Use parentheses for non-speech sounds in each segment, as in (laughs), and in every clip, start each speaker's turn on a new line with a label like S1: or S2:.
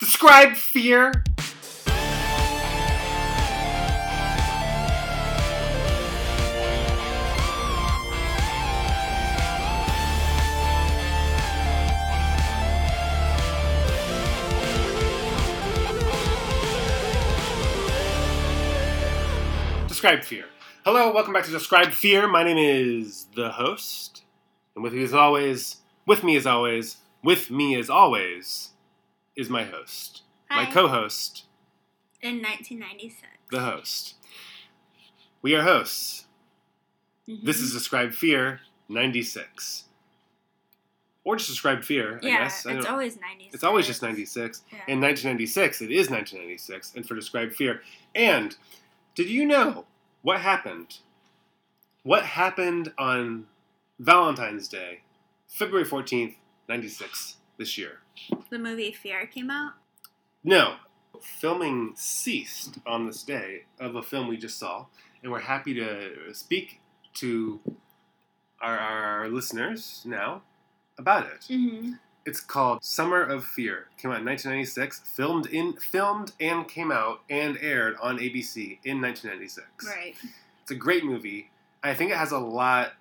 S1: Subscribe, fear. Describe fear. Hello, welcome back to Describe Fear. My name is the host, and with me as always, with me as always, with me as always, is my host, my
S2: Hi.
S1: co-host,
S2: in 1996.
S1: the host. We are hosts. This
S2: Mm-hmm.
S1: is Describe Fear '96, or just Describe Fear. I
S2: yeah.
S1: guess I
S2: it's
S1: don't-
S2: always 96.
S1: it's always just '96.
S2: Yeah.
S1: In 1996, it is 1996, and for Described Fear. And did you know what happened? What happened on Valentine's Day, February 14th, 96, this year?
S2: The movie Fear came out.
S1: No, filming ceased on this day of a film we just saw, and we're happy to speak to our, our listeners now about it.
S2: Mm-hmm.
S1: It's called Summer of Fear. Came out in 1996. Filmed in filmed and came out and aired on ABC in 1996.
S2: Right.
S1: It's a great movie. I think it has a lot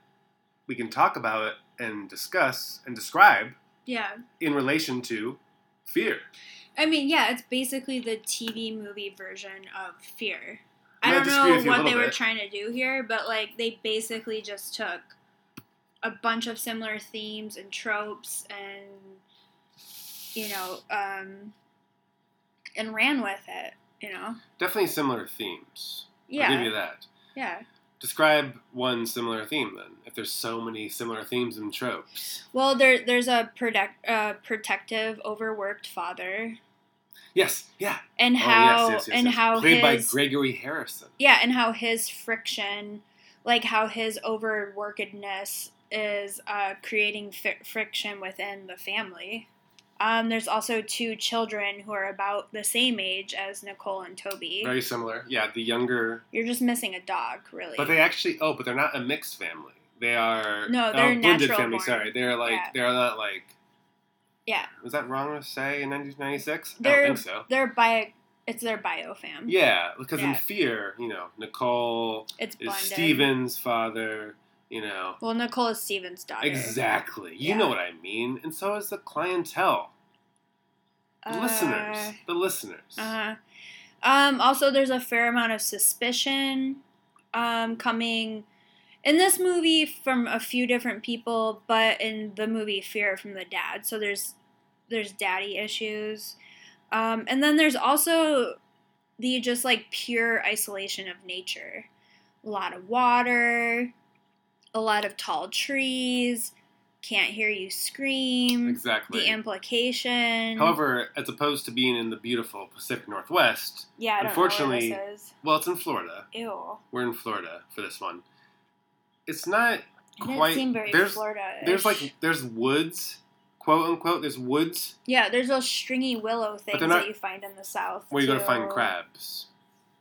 S1: we can talk about and discuss and describe
S2: Yeah.
S1: in relation to fear.
S2: I mean, yeah, it's basically the TV movie version of Fear. I
S1: I
S2: don't
S1: disagree with
S2: know
S1: you a
S2: what they
S1: little
S2: were
S1: bit.
S2: trying to do here, but like they basically just took a bunch of similar themes and tropes and you know um and ran with it, you know.
S1: Definitely similar themes. I'll give
S2: Yeah.
S1: you that.
S2: Yeah.
S1: Describe one similar theme then. If there's so many similar themes and tropes.
S2: Well, there there's a protect, uh, protective, overworked father,
S1: Yes. Yeah.
S2: and
S1: Oh,
S2: how
S1: yes, yes, yes,
S2: and
S1: yes.
S2: how
S1: played by
S2: his
S1: Gregory Harrison.
S2: yeah, and how his friction, like how his overworkedness is uh, creating fi- friction within the family. Um, there's also two children who are about the same age as Nicole and Toby.
S1: Very similar. Yeah, the younger
S2: You're just missing a dog, really.
S1: But they actually, oh, but they're not a mixed family. They are
S2: No, they're
S1: blended
S2: natural
S1: family.
S2: born.
S1: Sorry, they're like
S2: Yeah.
S1: they're not like.
S2: Yeah.
S1: Was that wrong to say in 1996? I
S2: They're-
S1: don't think so.
S2: They're bio. It's their bio fam.
S1: Yeah, because in
S2: Yeah.
S1: Fear, you know, Nicole
S2: it's
S1: is
S2: blended.
S1: Steven's father. You know,
S2: Well, Nicole is Steven's daughter.
S1: exactly. You
S2: Yeah.
S1: know what I mean. And so is the clientele, the
S2: Uh,
S1: listeners, the listeners.
S2: Uh-huh. Um, also, there's a fair amount of suspicion um, coming in this movie from a few different people, but in the movie Fear from the dad. So there's there's daddy issues, um, and then there's also the just like pure isolation of nature. A lot of water, a lot of tall trees. Can't hear you scream.
S1: Exactly.
S2: The implication.
S1: However, as opposed to being in the beautiful Pacific Northwest,
S2: yeah, I don't
S1: unfortunately-
S2: know where this is.
S1: well, it's in Florida.
S2: Ew.
S1: We're in Florida for this one. It's not
S2: It didn't
S1: quite-
S2: seem very
S1: there's-
S2: Florida.
S1: There's like there's woods, quote unquote. There's woods
S2: yeah, there's those stringy willow things
S1: they're not-
S2: that you find in the south.
S1: where you go to
S2: too.
S1: find crabs,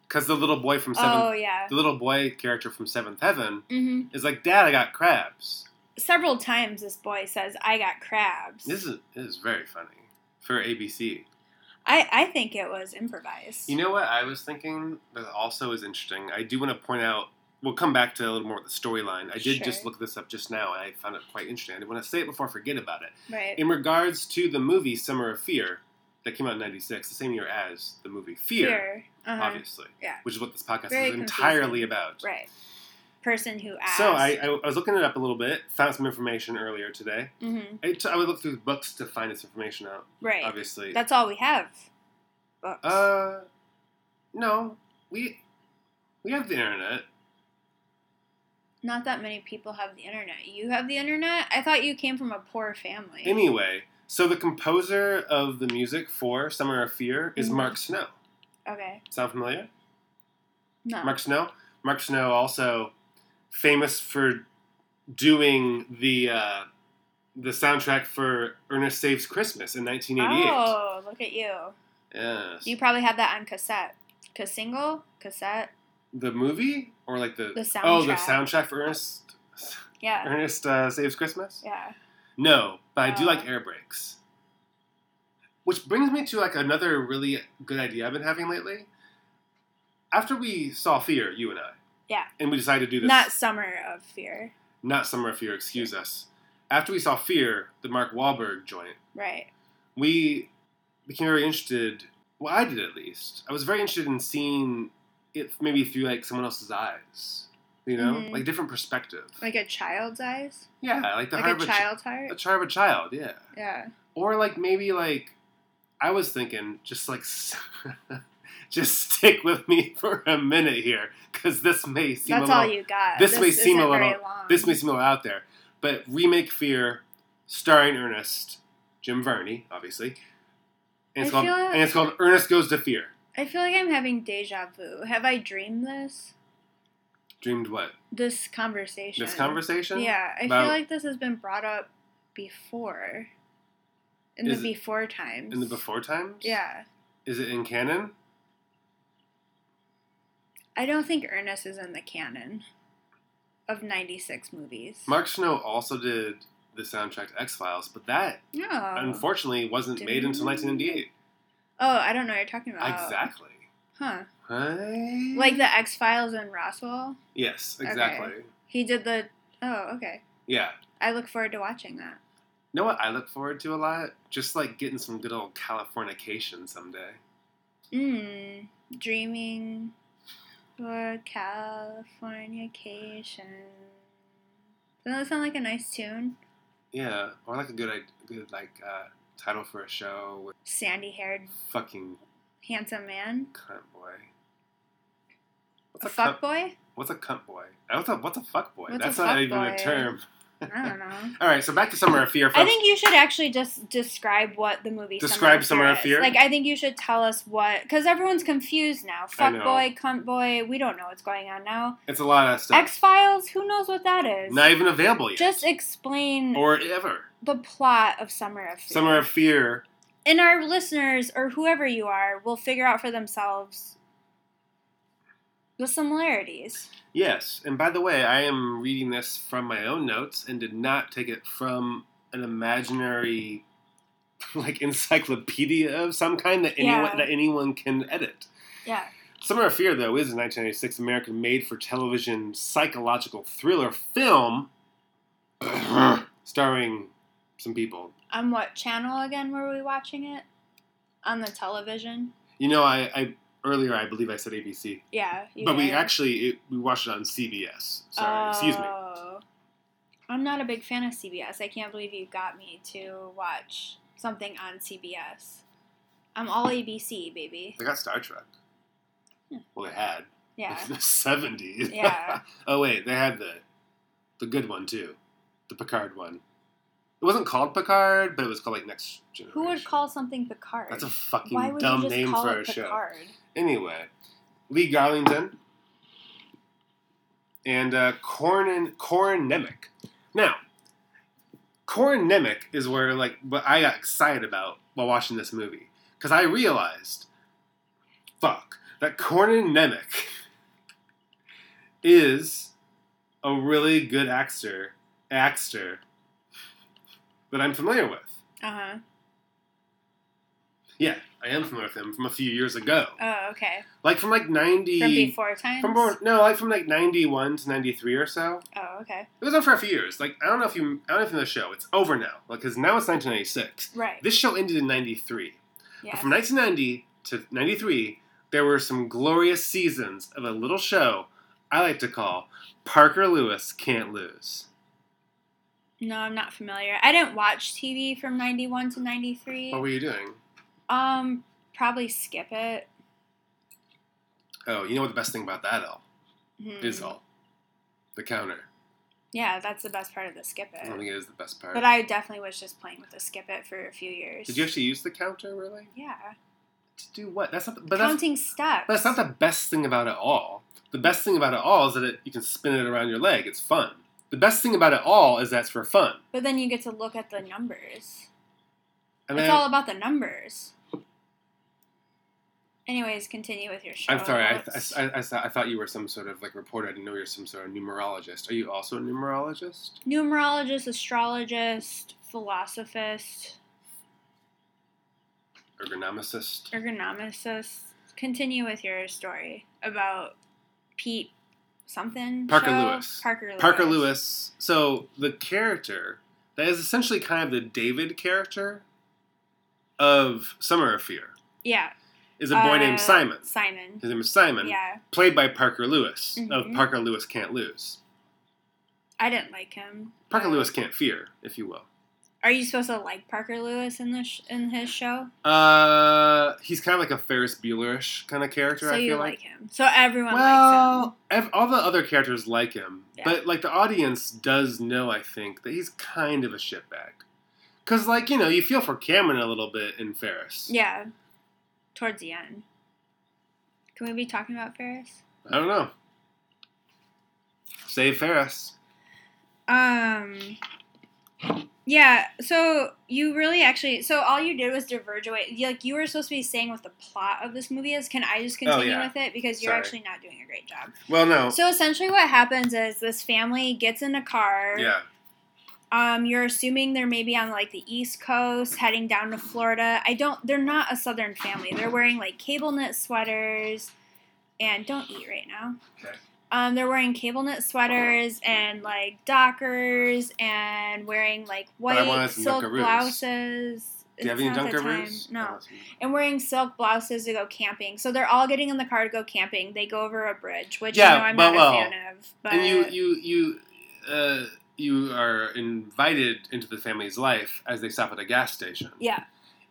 S1: because the little boy from seventh,
S2: Oh yeah,
S1: the little boy character from Seventh Heaven
S2: hmm
S1: is like, Dad, I got crabs.
S2: several times this boy says, "I got crabs."
S1: This is this is very funny for ABC.
S2: I I think it was improvised.
S1: You know what I was thinking that also is interesting. I do want to point out. We'll come back to a little more of the storyline. I did just
S2: Sure.
S1: look this up just now, and I found it quite interesting. I didn't want to say it before I forget about it.
S2: right?
S1: In regards to the movie Summer of Fear that came out in '96, the same year as the movie
S2: Fear, uh-huh.
S1: obviously.
S2: Yeah.
S1: Which is what this podcast
S2: Very
S1: is entirely
S2: confusing.
S1: about.
S2: right? Person who asked.
S1: So I, I, I was looking it up a little bit, found some information earlier today.
S2: hmm
S1: I, t- I would look through books to find this information out,
S2: right.
S1: obviously.
S2: That's all we have. Books.
S1: uh, no, we we have the internet.
S2: Not that many people have the internet. You have the internet. I thought you came from a poor family.
S1: Anyway, so the composer of the music for Summer of Fear is
S2: Mhm.
S1: Mark Snow.
S2: okay.
S1: Sound familiar?
S2: No.
S1: Mark Snow. Mark Snow also famous for doing the uh, the soundtrack for Ernest Saves Christmas in 1988.
S2: oh, look at you.
S1: Yes.
S2: You probably had that on cassette. Cause single, cassette.
S1: the movie or like the,
S2: The soundtrack.
S1: oh the soundtrack for Ernest
S2: Yeah.
S1: Ernest uh, Saves Christmas?
S2: Yeah.
S1: No, but I do
S2: Oh.
S1: like Air Brakes. Which brings me to like another really good idea I've been having lately. After we saw Fear, you and I.
S2: Yeah.
S1: And we decided to do this.
S2: Not Summer of Fear.
S1: not Summer of Fear, excuse us. After we saw Fear, the Mark Wahlberg joint,
S2: Right.
S1: we became very interested. Well, I did at least. I was very interested in seeing it maybe through like someone else's eyes, you know,
S2: Mhm.
S1: like different perspective.
S2: Like a child's eyes?
S1: yeah, like the heart of
S2: like a
S1: a child,
S2: child's heart?
S1: the heart of a child. Yeah,
S2: yeah.
S1: or like maybe like I was thinking, just like (laughs) s- just stick with me (laughs) for a minute here, because this may seem a
S2: That's
S1: little
S2: all you got.
S1: this may seem a
S2: isn't very
S1: little-
S2: long.
S1: this may seem a little out there, but remake Fear, starring Ernest, Jim Varney, obviously, and it's
S2: I
S1: called
S2: feel like-
S1: and it's called Ernest Goes to Fear.
S2: I feel like I'm having deja vu. Have I dreamed this?
S1: Dreamed what?
S2: This conversation.
S1: This conversation?
S2: Yeah, I
S1: About-
S2: feel like this has been brought up before. In
S1: Is it-
S2: the before times.
S1: In the before times?
S2: Yeah.
S1: Is it in canon?
S2: I don't think Ernest is in the canon of 96 movies.
S1: Mark Snow also did the soundtrack to X Files, but that
S2: no.
S1: unfortunately wasn't made until 1998.
S2: oh, I don't know what you're talking about.
S1: Exactly.
S2: Huh.
S1: Right?
S2: Like the X Files and Roswell.
S1: Yes, exactly.
S2: He did the. Oh, okay.
S1: Yeah.
S2: I look forward to watching that.
S1: You know what I look forward to a lot? Just like getting some good old Californication someday.
S2: Mm, dreaming for Californication. Doesn't that sound like a nice tune?
S1: Yeah, or like a good, id- good like uh, title for a show with
S2: Sandy haired,
S1: fucking
S2: handsome man.
S1: cunt boy. What's
S2: A fuck
S1: cunt,
S2: boy?
S1: What's a cunt boy? Uh, What's a what's a fuck boy?
S2: What's a
S1: That's not
S2: fuck
S1: even
S2: boy?
S1: a term.
S2: I don't know.
S1: All right, so back to Summer of Fear. Folks.
S2: I think you should actually just describe what the movie
S1: Describe Summer of
S2: is.
S1: Fear?
S2: Like, I think you should tell us what, because everyone's confused
S1: I
S2: now. Fuck
S1: know.
S2: boy, cunt boy. We don't know what's going on now.
S1: it's a lot of stuff.
S2: X Files. Who knows what that is?
S1: not even available yet,
S2: Just explain
S1: or ever.
S2: the plot of Summer of Fear.
S1: Summer of Fear.
S2: and our listeners or whoever you are will figure out for themselves the similarities.
S1: Yes, and by the way, I am reading this from my own notes and did not take it from an imaginary, (laughs) like encyclopedia of some kind that anyone
S2: Yeah.
S1: that anyone can edit.
S2: Yeah.
S1: Summer of Fear, though, is a 1996 American made for television psychological thriller film (clears throat) starring some people.
S2: On what channel again were we watching it? On the television.
S1: You know, I, I earlier I believe I said ABC,
S2: Yeah. you
S1: but we
S2: did.
S1: actually it, we watched it on CBS. Sorry, excuse me.
S2: Oh. I'm not a big fan of CBS. I can't believe you got me to watch something on CBS. I'm all ABC, baby.
S1: They got Star Trek.
S2: Hmm.
S1: Well, they had (laughs)
S2: Yeah.
S1: in the 70s.
S2: Yeah.
S1: oh wait, they had the the good one too, the Picard one. It wasn't called Picard, but it was called like Next Generation.
S2: Who would call something Picard?
S1: That's a fucking
S2: Why would
S1: dumb
S2: you just
S1: name
S2: call
S1: for a
S2: it
S1: show.
S2: Picard?
S1: Anyway, Lee Garlington and uh, Corin Corin Nemec. Now, Corin Nemec is where like what I got excited about while watching this movie because I realized, fuck, that Corin Nemec is a really good actor, actor that I'm familiar with.
S2: Uh huh.
S1: Yeah, I am familiar with him from a few years ago,
S2: Oh, okay.
S1: like from like ninety.
S2: From before times.
S1: From more, no, like from like ninety one to ninety three or so.
S2: Oh, okay.
S1: It was on for a few years. Like I don't know if you, I don't know if you know the show. It's over now, like because now it's nineteen ninety six.
S2: Right.
S1: This show ended in ninety three.
S2: yeah.
S1: But From nineteen ninety to ninety three, there were some glorious seasons of a little show I like to call Parker Lewis Can't Lose.
S2: no, I'm not familiar. I didn't watch TV from 91 to 93.
S1: What were you doing?
S2: um, probably skip it.
S1: Oh, you know what the best thing about that L
S2: Hmm.
S1: is all the counter.
S2: Yeah, that's the best part of the skip
S1: I don't
S2: it.
S1: think it is the best part.
S2: But I definitely was just playing with the skip it for a few years.
S1: Did you actually use the counter really
S2: Yeah.
S1: to do what? That's not. The, but that's
S2: Counting steps.
S1: But that's not the best thing about it all. The best thing about it all is that it, you can spin it around your leg. It's fun. The best thing about it all is that's for fun.
S2: But then you get to look at the numbers.
S1: I mean,
S2: it's all about the numbers. Anyways, continue with your show.
S1: I'm sorry. I, I,
S2: notes.
S1: I, I, thought- I thought you were some sort of like reporter. I didn't know you were some sort of numerologist. Are you also a numerologist?
S2: numerologist, astrologist, philosophist.
S1: ergonomicist.
S2: Ergonomicist, continue with your story about Pete something.
S1: Parker
S2: show?
S1: Lewis.
S2: Parker Lewis.
S1: Parker Lewis. So the character that is essentially kind of the David character of Summer of Fear
S2: Yeah.
S1: is a boy
S2: uh,
S1: named Simon.
S2: Simon.
S1: His name is Simon,
S2: Yeah.
S1: played by Parker Lewis of
S2: Mhm.
S1: Parker Lewis Can't Lose.
S2: I didn't like him.
S1: Parker
S2: Uh,
S1: Lewis Can't Fear, if you will.
S2: Are you supposed to like Parker Lewis in this in his show?
S1: Uh, he's kind of like a Ferris Buellerish kind of character.
S2: so
S1: I feel
S2: you
S1: like.
S2: like him. So everyone likes him.
S1: Well, ev- all the other characters like him,
S2: Yeah.
S1: but like the audience does know, I think, that he's kind of a shitbag. Cause like you know, you feel for Cameron a little bit in Ferris.
S2: Yeah. Towards the end. Can we be talking about Ferris?
S1: I don't know. Save Ferris.
S2: Um Yeah, so you really actually so all you did was diverge away. you- Like you were supposed to be saying what the plot of this movie is. Can I just continue
S1: Oh, yeah.
S2: with it because you're
S1: Sorry. Oh.
S2: actually not doing a great job.
S1: Well, no.
S2: So essentially what happens is this family gets in a car.
S1: yeah.
S2: Um, you're assuming they're maybe on like the East Coast, heading down to Florida. I don't. They're not a Southern family. They're wearing like cable knit sweaters, and don't eat right now.
S1: Okay.
S2: Um, they're wearing cable knit sweaters and like Dockers and wearing like
S1: But I
S2: white
S1: wanted some
S2: silk
S1: Dunkaroos.
S2: blouses.
S1: Do you have
S2: It's
S1: any Oh,
S2: not the
S1: Dunkaroos?
S2: time. No and wearing silk blouses to go camping. So they're all getting in the car to go camping. They go over a bridge, which
S1: Yeah,
S2: you know I'm
S1: but,
S2: not
S1: well,
S2: a fan of. But
S1: And you you you uh, you are invited into the family's life as they stop at a gas station.
S2: yeah,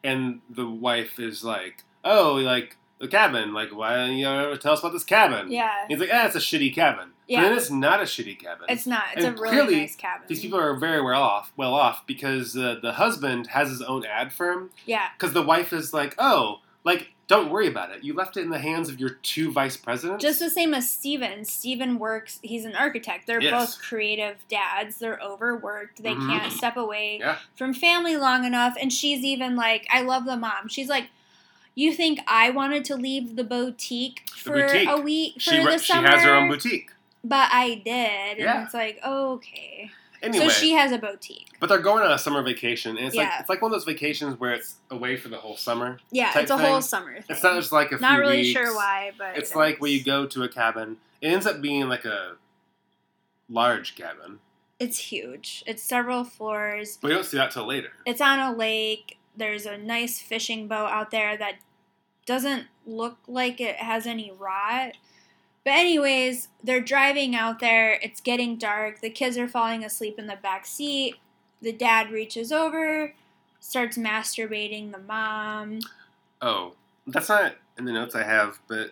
S1: and the wife is like, "Oh, like the cabin. Like, why don't you ever tell us about this cabin?"
S2: yeah,
S1: He's like, "Ah, it's a shitty cabin."
S2: Yeah.
S1: But then it's not a shitty cabin.
S2: it's not. It's a
S1: and
S2: really
S1: clearly,
S2: nice cabin.
S1: these people are very well off. Well off because uh, the husband has his own ad firm.
S2: yeah,
S1: Because the wife is like, "Oh, like don't worry about it. You left it in the hands of your two vice presidents."
S2: just the same as Steven. Steven works, he's an architect. They're
S1: Yes.
S2: both creative dads. They're overworked. They
S1: Mhm.
S2: can't step away
S1: Yeah.
S2: from family long enough. And she's even like, I love the mom. She's like, you think I wanted to leave the boutique for
S1: boutique.
S2: a week for
S1: she
S2: the
S1: ru- she
S2: summer?
S1: has her own boutique.
S2: But I did.
S1: Yeah.
S2: And it's like, okay.
S1: Anyway,
S2: So she has a boutique.
S1: but they're going on a summer vacation, and it's like
S2: Yeah.
S1: it's like one of those vacations where it's away for the whole summer.
S2: Yeah,
S1: Type
S2: it's a whole
S1: thing.
S2: summer thing.
S1: It's not just like a
S2: Not
S1: few
S2: really
S1: weeks.
S2: sure why, but
S1: It's
S2: it
S1: like
S2: is.
S1: when you go to a cabin. It ends up being like a large cabin,
S2: It's huge. It's several floors.
S1: but you don't see that till later.
S2: It's on a lake. There's a nice fishing boat out there that doesn't look like it has any rot. But anyways, they're driving out there. It's getting dark. The kids are falling asleep in the back seat. The dad reaches over, starts masturbating the mom.
S1: Oh, that's not in the notes I have, but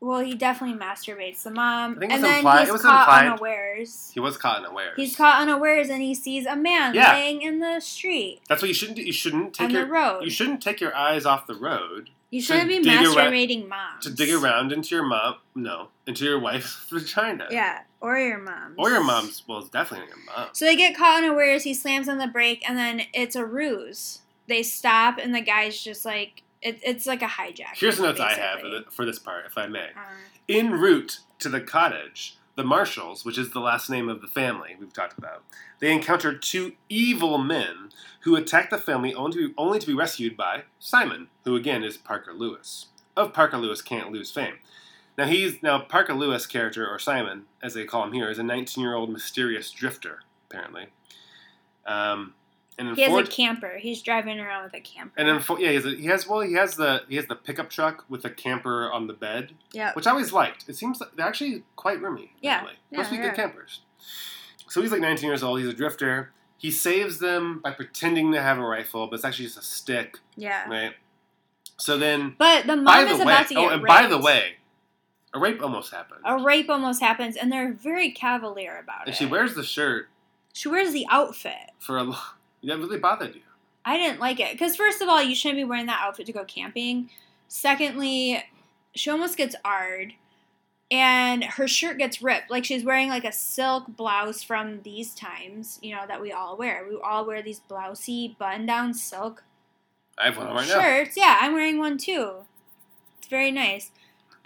S2: Well, he definitely masturbates the mom,
S1: I think it was
S2: and then
S1: implied-
S2: he's
S1: it was
S2: caught
S1: implied.
S2: unawares.
S1: he was caught unawares.
S2: He's caught unawares, and he sees a man
S1: Yeah.
S2: laying in the street
S1: That's what you shouldn't do. You shouldn't take
S2: on
S1: your
S2: the road.
S1: you shouldn't take your eyes off the road
S2: You shouldn't be
S1: dig around-
S2: masturbating moms.
S1: to dig around into your mom. No, into your wife's (laughs) vagina.
S2: Yeah, or your mom's.
S1: Or your mom's. Well, it's definitely your mom.
S2: So they get caught unawares. He slams on the brake, and then it's a ruse. They stop, and the guy's just like, it, it's like a hijack.
S1: Here's the notes I have for
S2: basically.
S1: th- for this part, if I may.
S2: Uh,
S1: En route to the cottage, the Marshalls, which is the last name of the family we've talked about, they encounter two evil men who attack the family only to, only to be rescued by Simon, who again is Parker Lewis of Parker Lewis Can't Lose fame. Now he's now Parker Lewis character or Simon, as they call him here, is a 19-year-old mysterious drifter apparently. Um, and
S2: he has a
S1: unfor-
S2: camper. He's driving around with a camper.
S1: and unfor- yeah, he has, a, he has well, he has the he has the pickup truck with the camper on the bed
S2: yeah,
S1: which I always liked. It seems like they're actually quite roomy.
S2: Yeah,
S1: Really.
S2: yeah,
S1: Must be
S2: they
S1: good
S2: are.
S1: campers. So he's like 19 years old. He's a drifter. He saves them by pretending to have a rifle, but it's actually just a stick,
S2: yeah.
S1: right? So then,
S2: But the mom
S1: by the
S2: is
S1: way,
S2: about to get
S1: oh, and
S2: raped.
S1: by the way, a rape almost happened,
S2: a rape almost happens, and they're very cavalier about
S1: and
S2: it.
S1: she wears the shirt
S2: She wears the outfit.
S1: for a. Long, (laughs) that really bothered you.
S2: I didn't like it because first of all, you shouldn't be wearing that outfit to go camping. Secondly, she almost gets arred, and her shirt gets ripped. Like she's wearing like a silk blouse from these times, you know, that we all wear. We all wear these blousy button-down silk
S1: I have one on right now.
S2: shirts. Yeah, I'm wearing one too. It's very nice.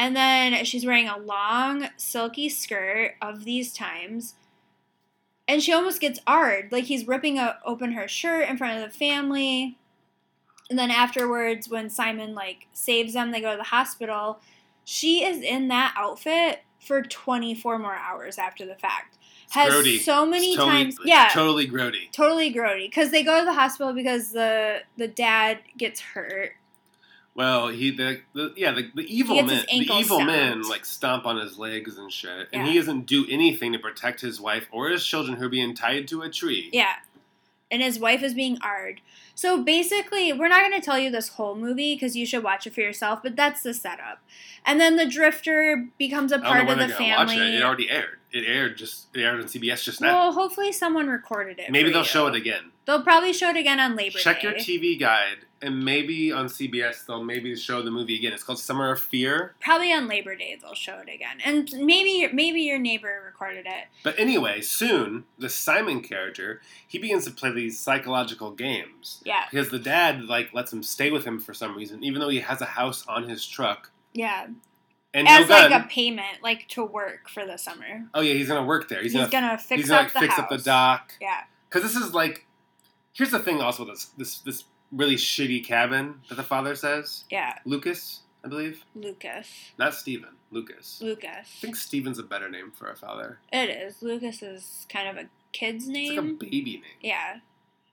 S2: And then she's wearing a long silky skirt of these times. And she almost gets arred. Like he's ripping o- open her shirt in front of the family. And then afterwards, when Simon like saves them, they go to the hospital. She is in that outfit for 24 more hours after the fact.
S1: It's
S2: Has
S1: grody.
S2: so many
S1: It's totally,
S2: times,
S1: it's
S2: yeah,
S1: totally grody.
S2: totally grody. Because they go to the hospital because the the dad gets hurt.
S1: Well, he the, the yeah the, the evil
S2: gets
S1: men
S2: his
S1: the
S2: ankle
S1: evil men
S2: stomped.
S1: like stomp on his legs and shit, and he
S2: Yeah.
S1: doesn't do anything to protect his wife or his children who are being tied to a tree.
S2: Yeah. And his wife is being arred. So basically, we're not going to tell you this whole movie because you should watch it for yourself, but that's the setup. And then the drifter becomes
S1: I
S2: a
S1: don't
S2: part
S1: know
S2: of
S1: when
S2: the
S1: they're gonna watch it.
S2: family.
S1: It already aired. It aired just it aired on CBS just now.
S2: well, hopefully, someone recorded it.
S1: Maybe
S2: for
S1: they'll
S2: you.
S1: show it again.
S2: They'll probably show it again on Labor
S1: Check
S2: Day.
S1: your TV guide, and maybe on CBS they'll maybe show the movie again. It's called Summer of Fear.
S2: probably on Labor Day they'll show it again, and maybe maybe your neighbor recorded it.
S1: But anyway, soon the Simon character he begins to play these psychological games
S2: Yeah,
S1: because the dad like lets him stay with him for some reason, even though he has a house on his truck
S2: yeah.
S1: and no
S2: As
S1: gun.
S2: like a payment, like to work for the summer.
S1: oh yeah, he's gonna work there. He's,
S2: He's,
S1: gonna,
S2: gonna fix
S1: he's gonna
S2: up
S1: like,
S2: the
S1: fix
S2: house.
S1: up the dock
S2: Yeah,
S1: because this is like here's the thing also this this this really shitty cabin that the father says
S2: yeah.
S1: Lucas I believe
S2: Lucas,
S1: not Stephen Lucas.
S2: Lucas.
S1: I think Steven's a better name for a father.
S2: It is. Lucas is kind of a kid's
S1: It's like a
S2: name.
S1: baby name.
S2: yeah.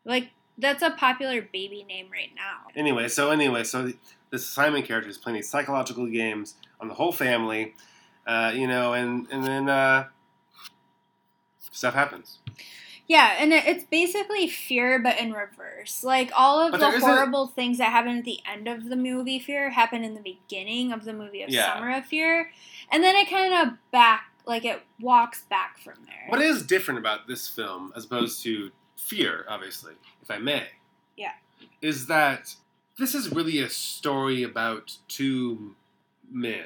S2: Like that's a popular baby name right now.
S1: Anyway, so anyway, so this Simon character is playing these psychological games on the whole family, uh, you know, and and then uh, stuff happens.
S2: Yeah, and it, it's basically fear but in reverse. Like all of
S1: But there
S2: the
S1: isn't-
S2: horrible things that happen at the end of the movie Fear happen in the beginning of the movie of
S1: Yeah.
S2: Summer of Fear. And then it kind of back like it walks back from there.
S1: What is different about this film as opposed to Fear, obviously, if I may?
S2: Yeah.
S1: Is that this is really a story about two men,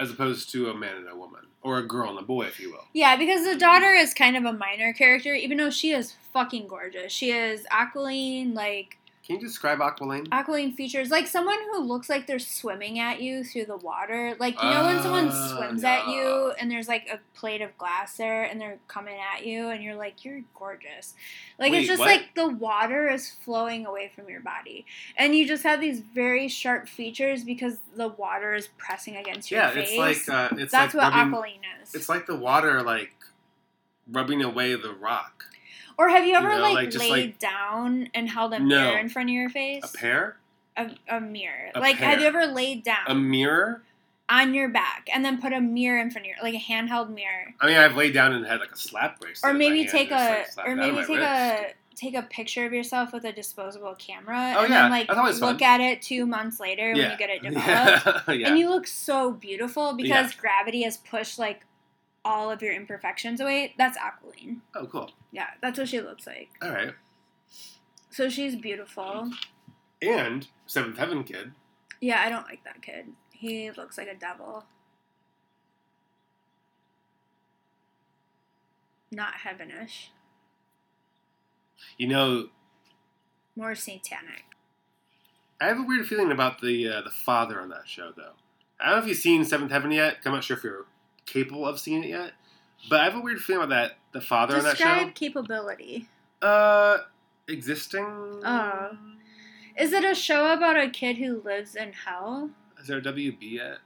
S1: as opposed to a man and a woman, or a girl and a boy, if you will.
S2: Yeah, because the daughter is kind of a minor character, even though she is fucking gorgeous. She is Aqualine, like
S1: Can you describe Aqualane?
S2: Aqualine features like someone who looks like they're swimming at you through the water. Like you know when someone
S1: Ah,
S2: swims
S1: no.
S2: at you and there's like a plate of glass there and they're coming at you and you're like you're gorgeous. Like
S1: Wait,
S2: it's just
S1: what?
S2: like the water is flowing away from your body and you just have these very sharp features because the water is pressing against your
S1: yeah,
S2: face.
S1: it's like uh, it's
S2: That's
S1: like
S2: what
S1: rubbing-
S2: Aqualine is.
S1: It's like the water, like rubbing away the rock.
S2: or have you ever
S1: know,
S2: like,
S1: like, just,
S2: laid
S1: like-
S2: down and held a
S1: No.
S2: mirror in front of your face?
S1: A pear,
S2: A, a mirror.
S1: A
S2: like have you
S1: pear.
S2: ever laid down?
S1: a mirror.
S2: on your back and then put a mirror in front of your like a handheld mirror
S1: I mean, I've laid down and had like a slap bracelet.
S2: or
S1: in my
S2: maybe
S1: hand
S2: take
S1: that's,
S2: a
S1: like, slapped
S2: or
S1: out of
S2: maybe
S1: my
S2: take
S1: wrist.
S2: a take a picture of yourself with a disposable camera
S1: Oh,
S2: and
S1: yeah,
S2: then like
S1: that's always
S2: look at it two months later when
S1: (laughs) yeah.
S2: you get it developed
S1: yeah. yeah.
S2: and you look so beautiful because gravity has pushed like all of your imperfections away that's aqualine
S1: oh, cool.
S2: yeah that's what she looks like
S1: All right.
S2: so she's beautiful
S1: And Seventh Heaven Kid.
S2: yeah i don't like that kid he looks like a devil not heavenish
S1: You know,
S2: more satanic.
S1: I have a weird feeling about the uh, the father on that show, though. I don't know if you've seen Seventh Heaven yet. 'cause I'm not sure if you're capable of seeing it yet. But I have a weird feeling about that the father on
S2: Describe
S1: that
S2: capability.
S1: show. Uh, existing.
S2: Oh. Is it a show about a kid who lives in hell?
S1: Is there a WB yet?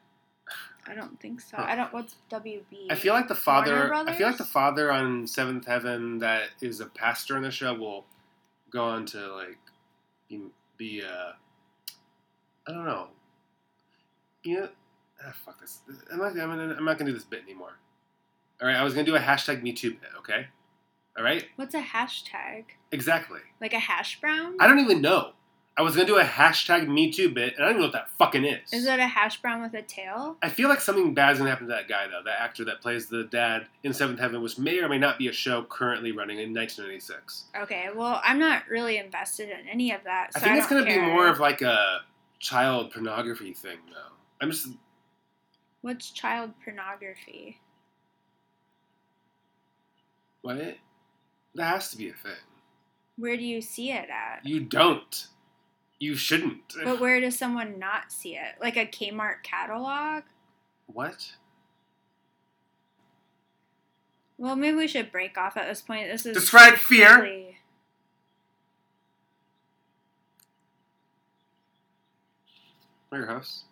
S2: I don't think so.
S1: Huh.
S2: I don't. What's WB?
S1: I feel like the
S2: Warner
S1: father. I feel like
S2: Brothers?
S1: the father on Seventh Heaven that is a pastor in the show will go on to like be, be uh, I don't know. You know, ah, fuck this. I'm not. I'm, gonna, I'm not gonna do this bit anymore. All right, I was gonna do a hashtag Me Too bit. Okay. All right.
S2: What's a hashtag?
S1: Exactly.
S2: Like a hash brown?
S1: I don't even know. I was gonna do a hashtag Me Too bit, and I don't even know what that fucking is.
S2: Is it a hash brown with a tail?
S1: I feel like something bad's gonna happen to that guy though, that actor that plays the dad in Seventh Heaven, which may or may not be a show currently running in 1996.
S2: Okay. Well, I'm not really invested in any of that. So
S1: I think it's
S2: don't
S1: gonna be
S2: care.
S1: more of like a child pornography thing though. I'm just
S2: what's child pornography?
S1: what? That has to be a thing.
S2: Where do you see it at?
S1: You don't. You shouldn't.
S2: But where does someone not see it? Like a Kmart catalog?
S1: what?
S2: Well, maybe we should break off at this point. This is
S1: Describe fear.
S2: really-
S1: We're your hosts.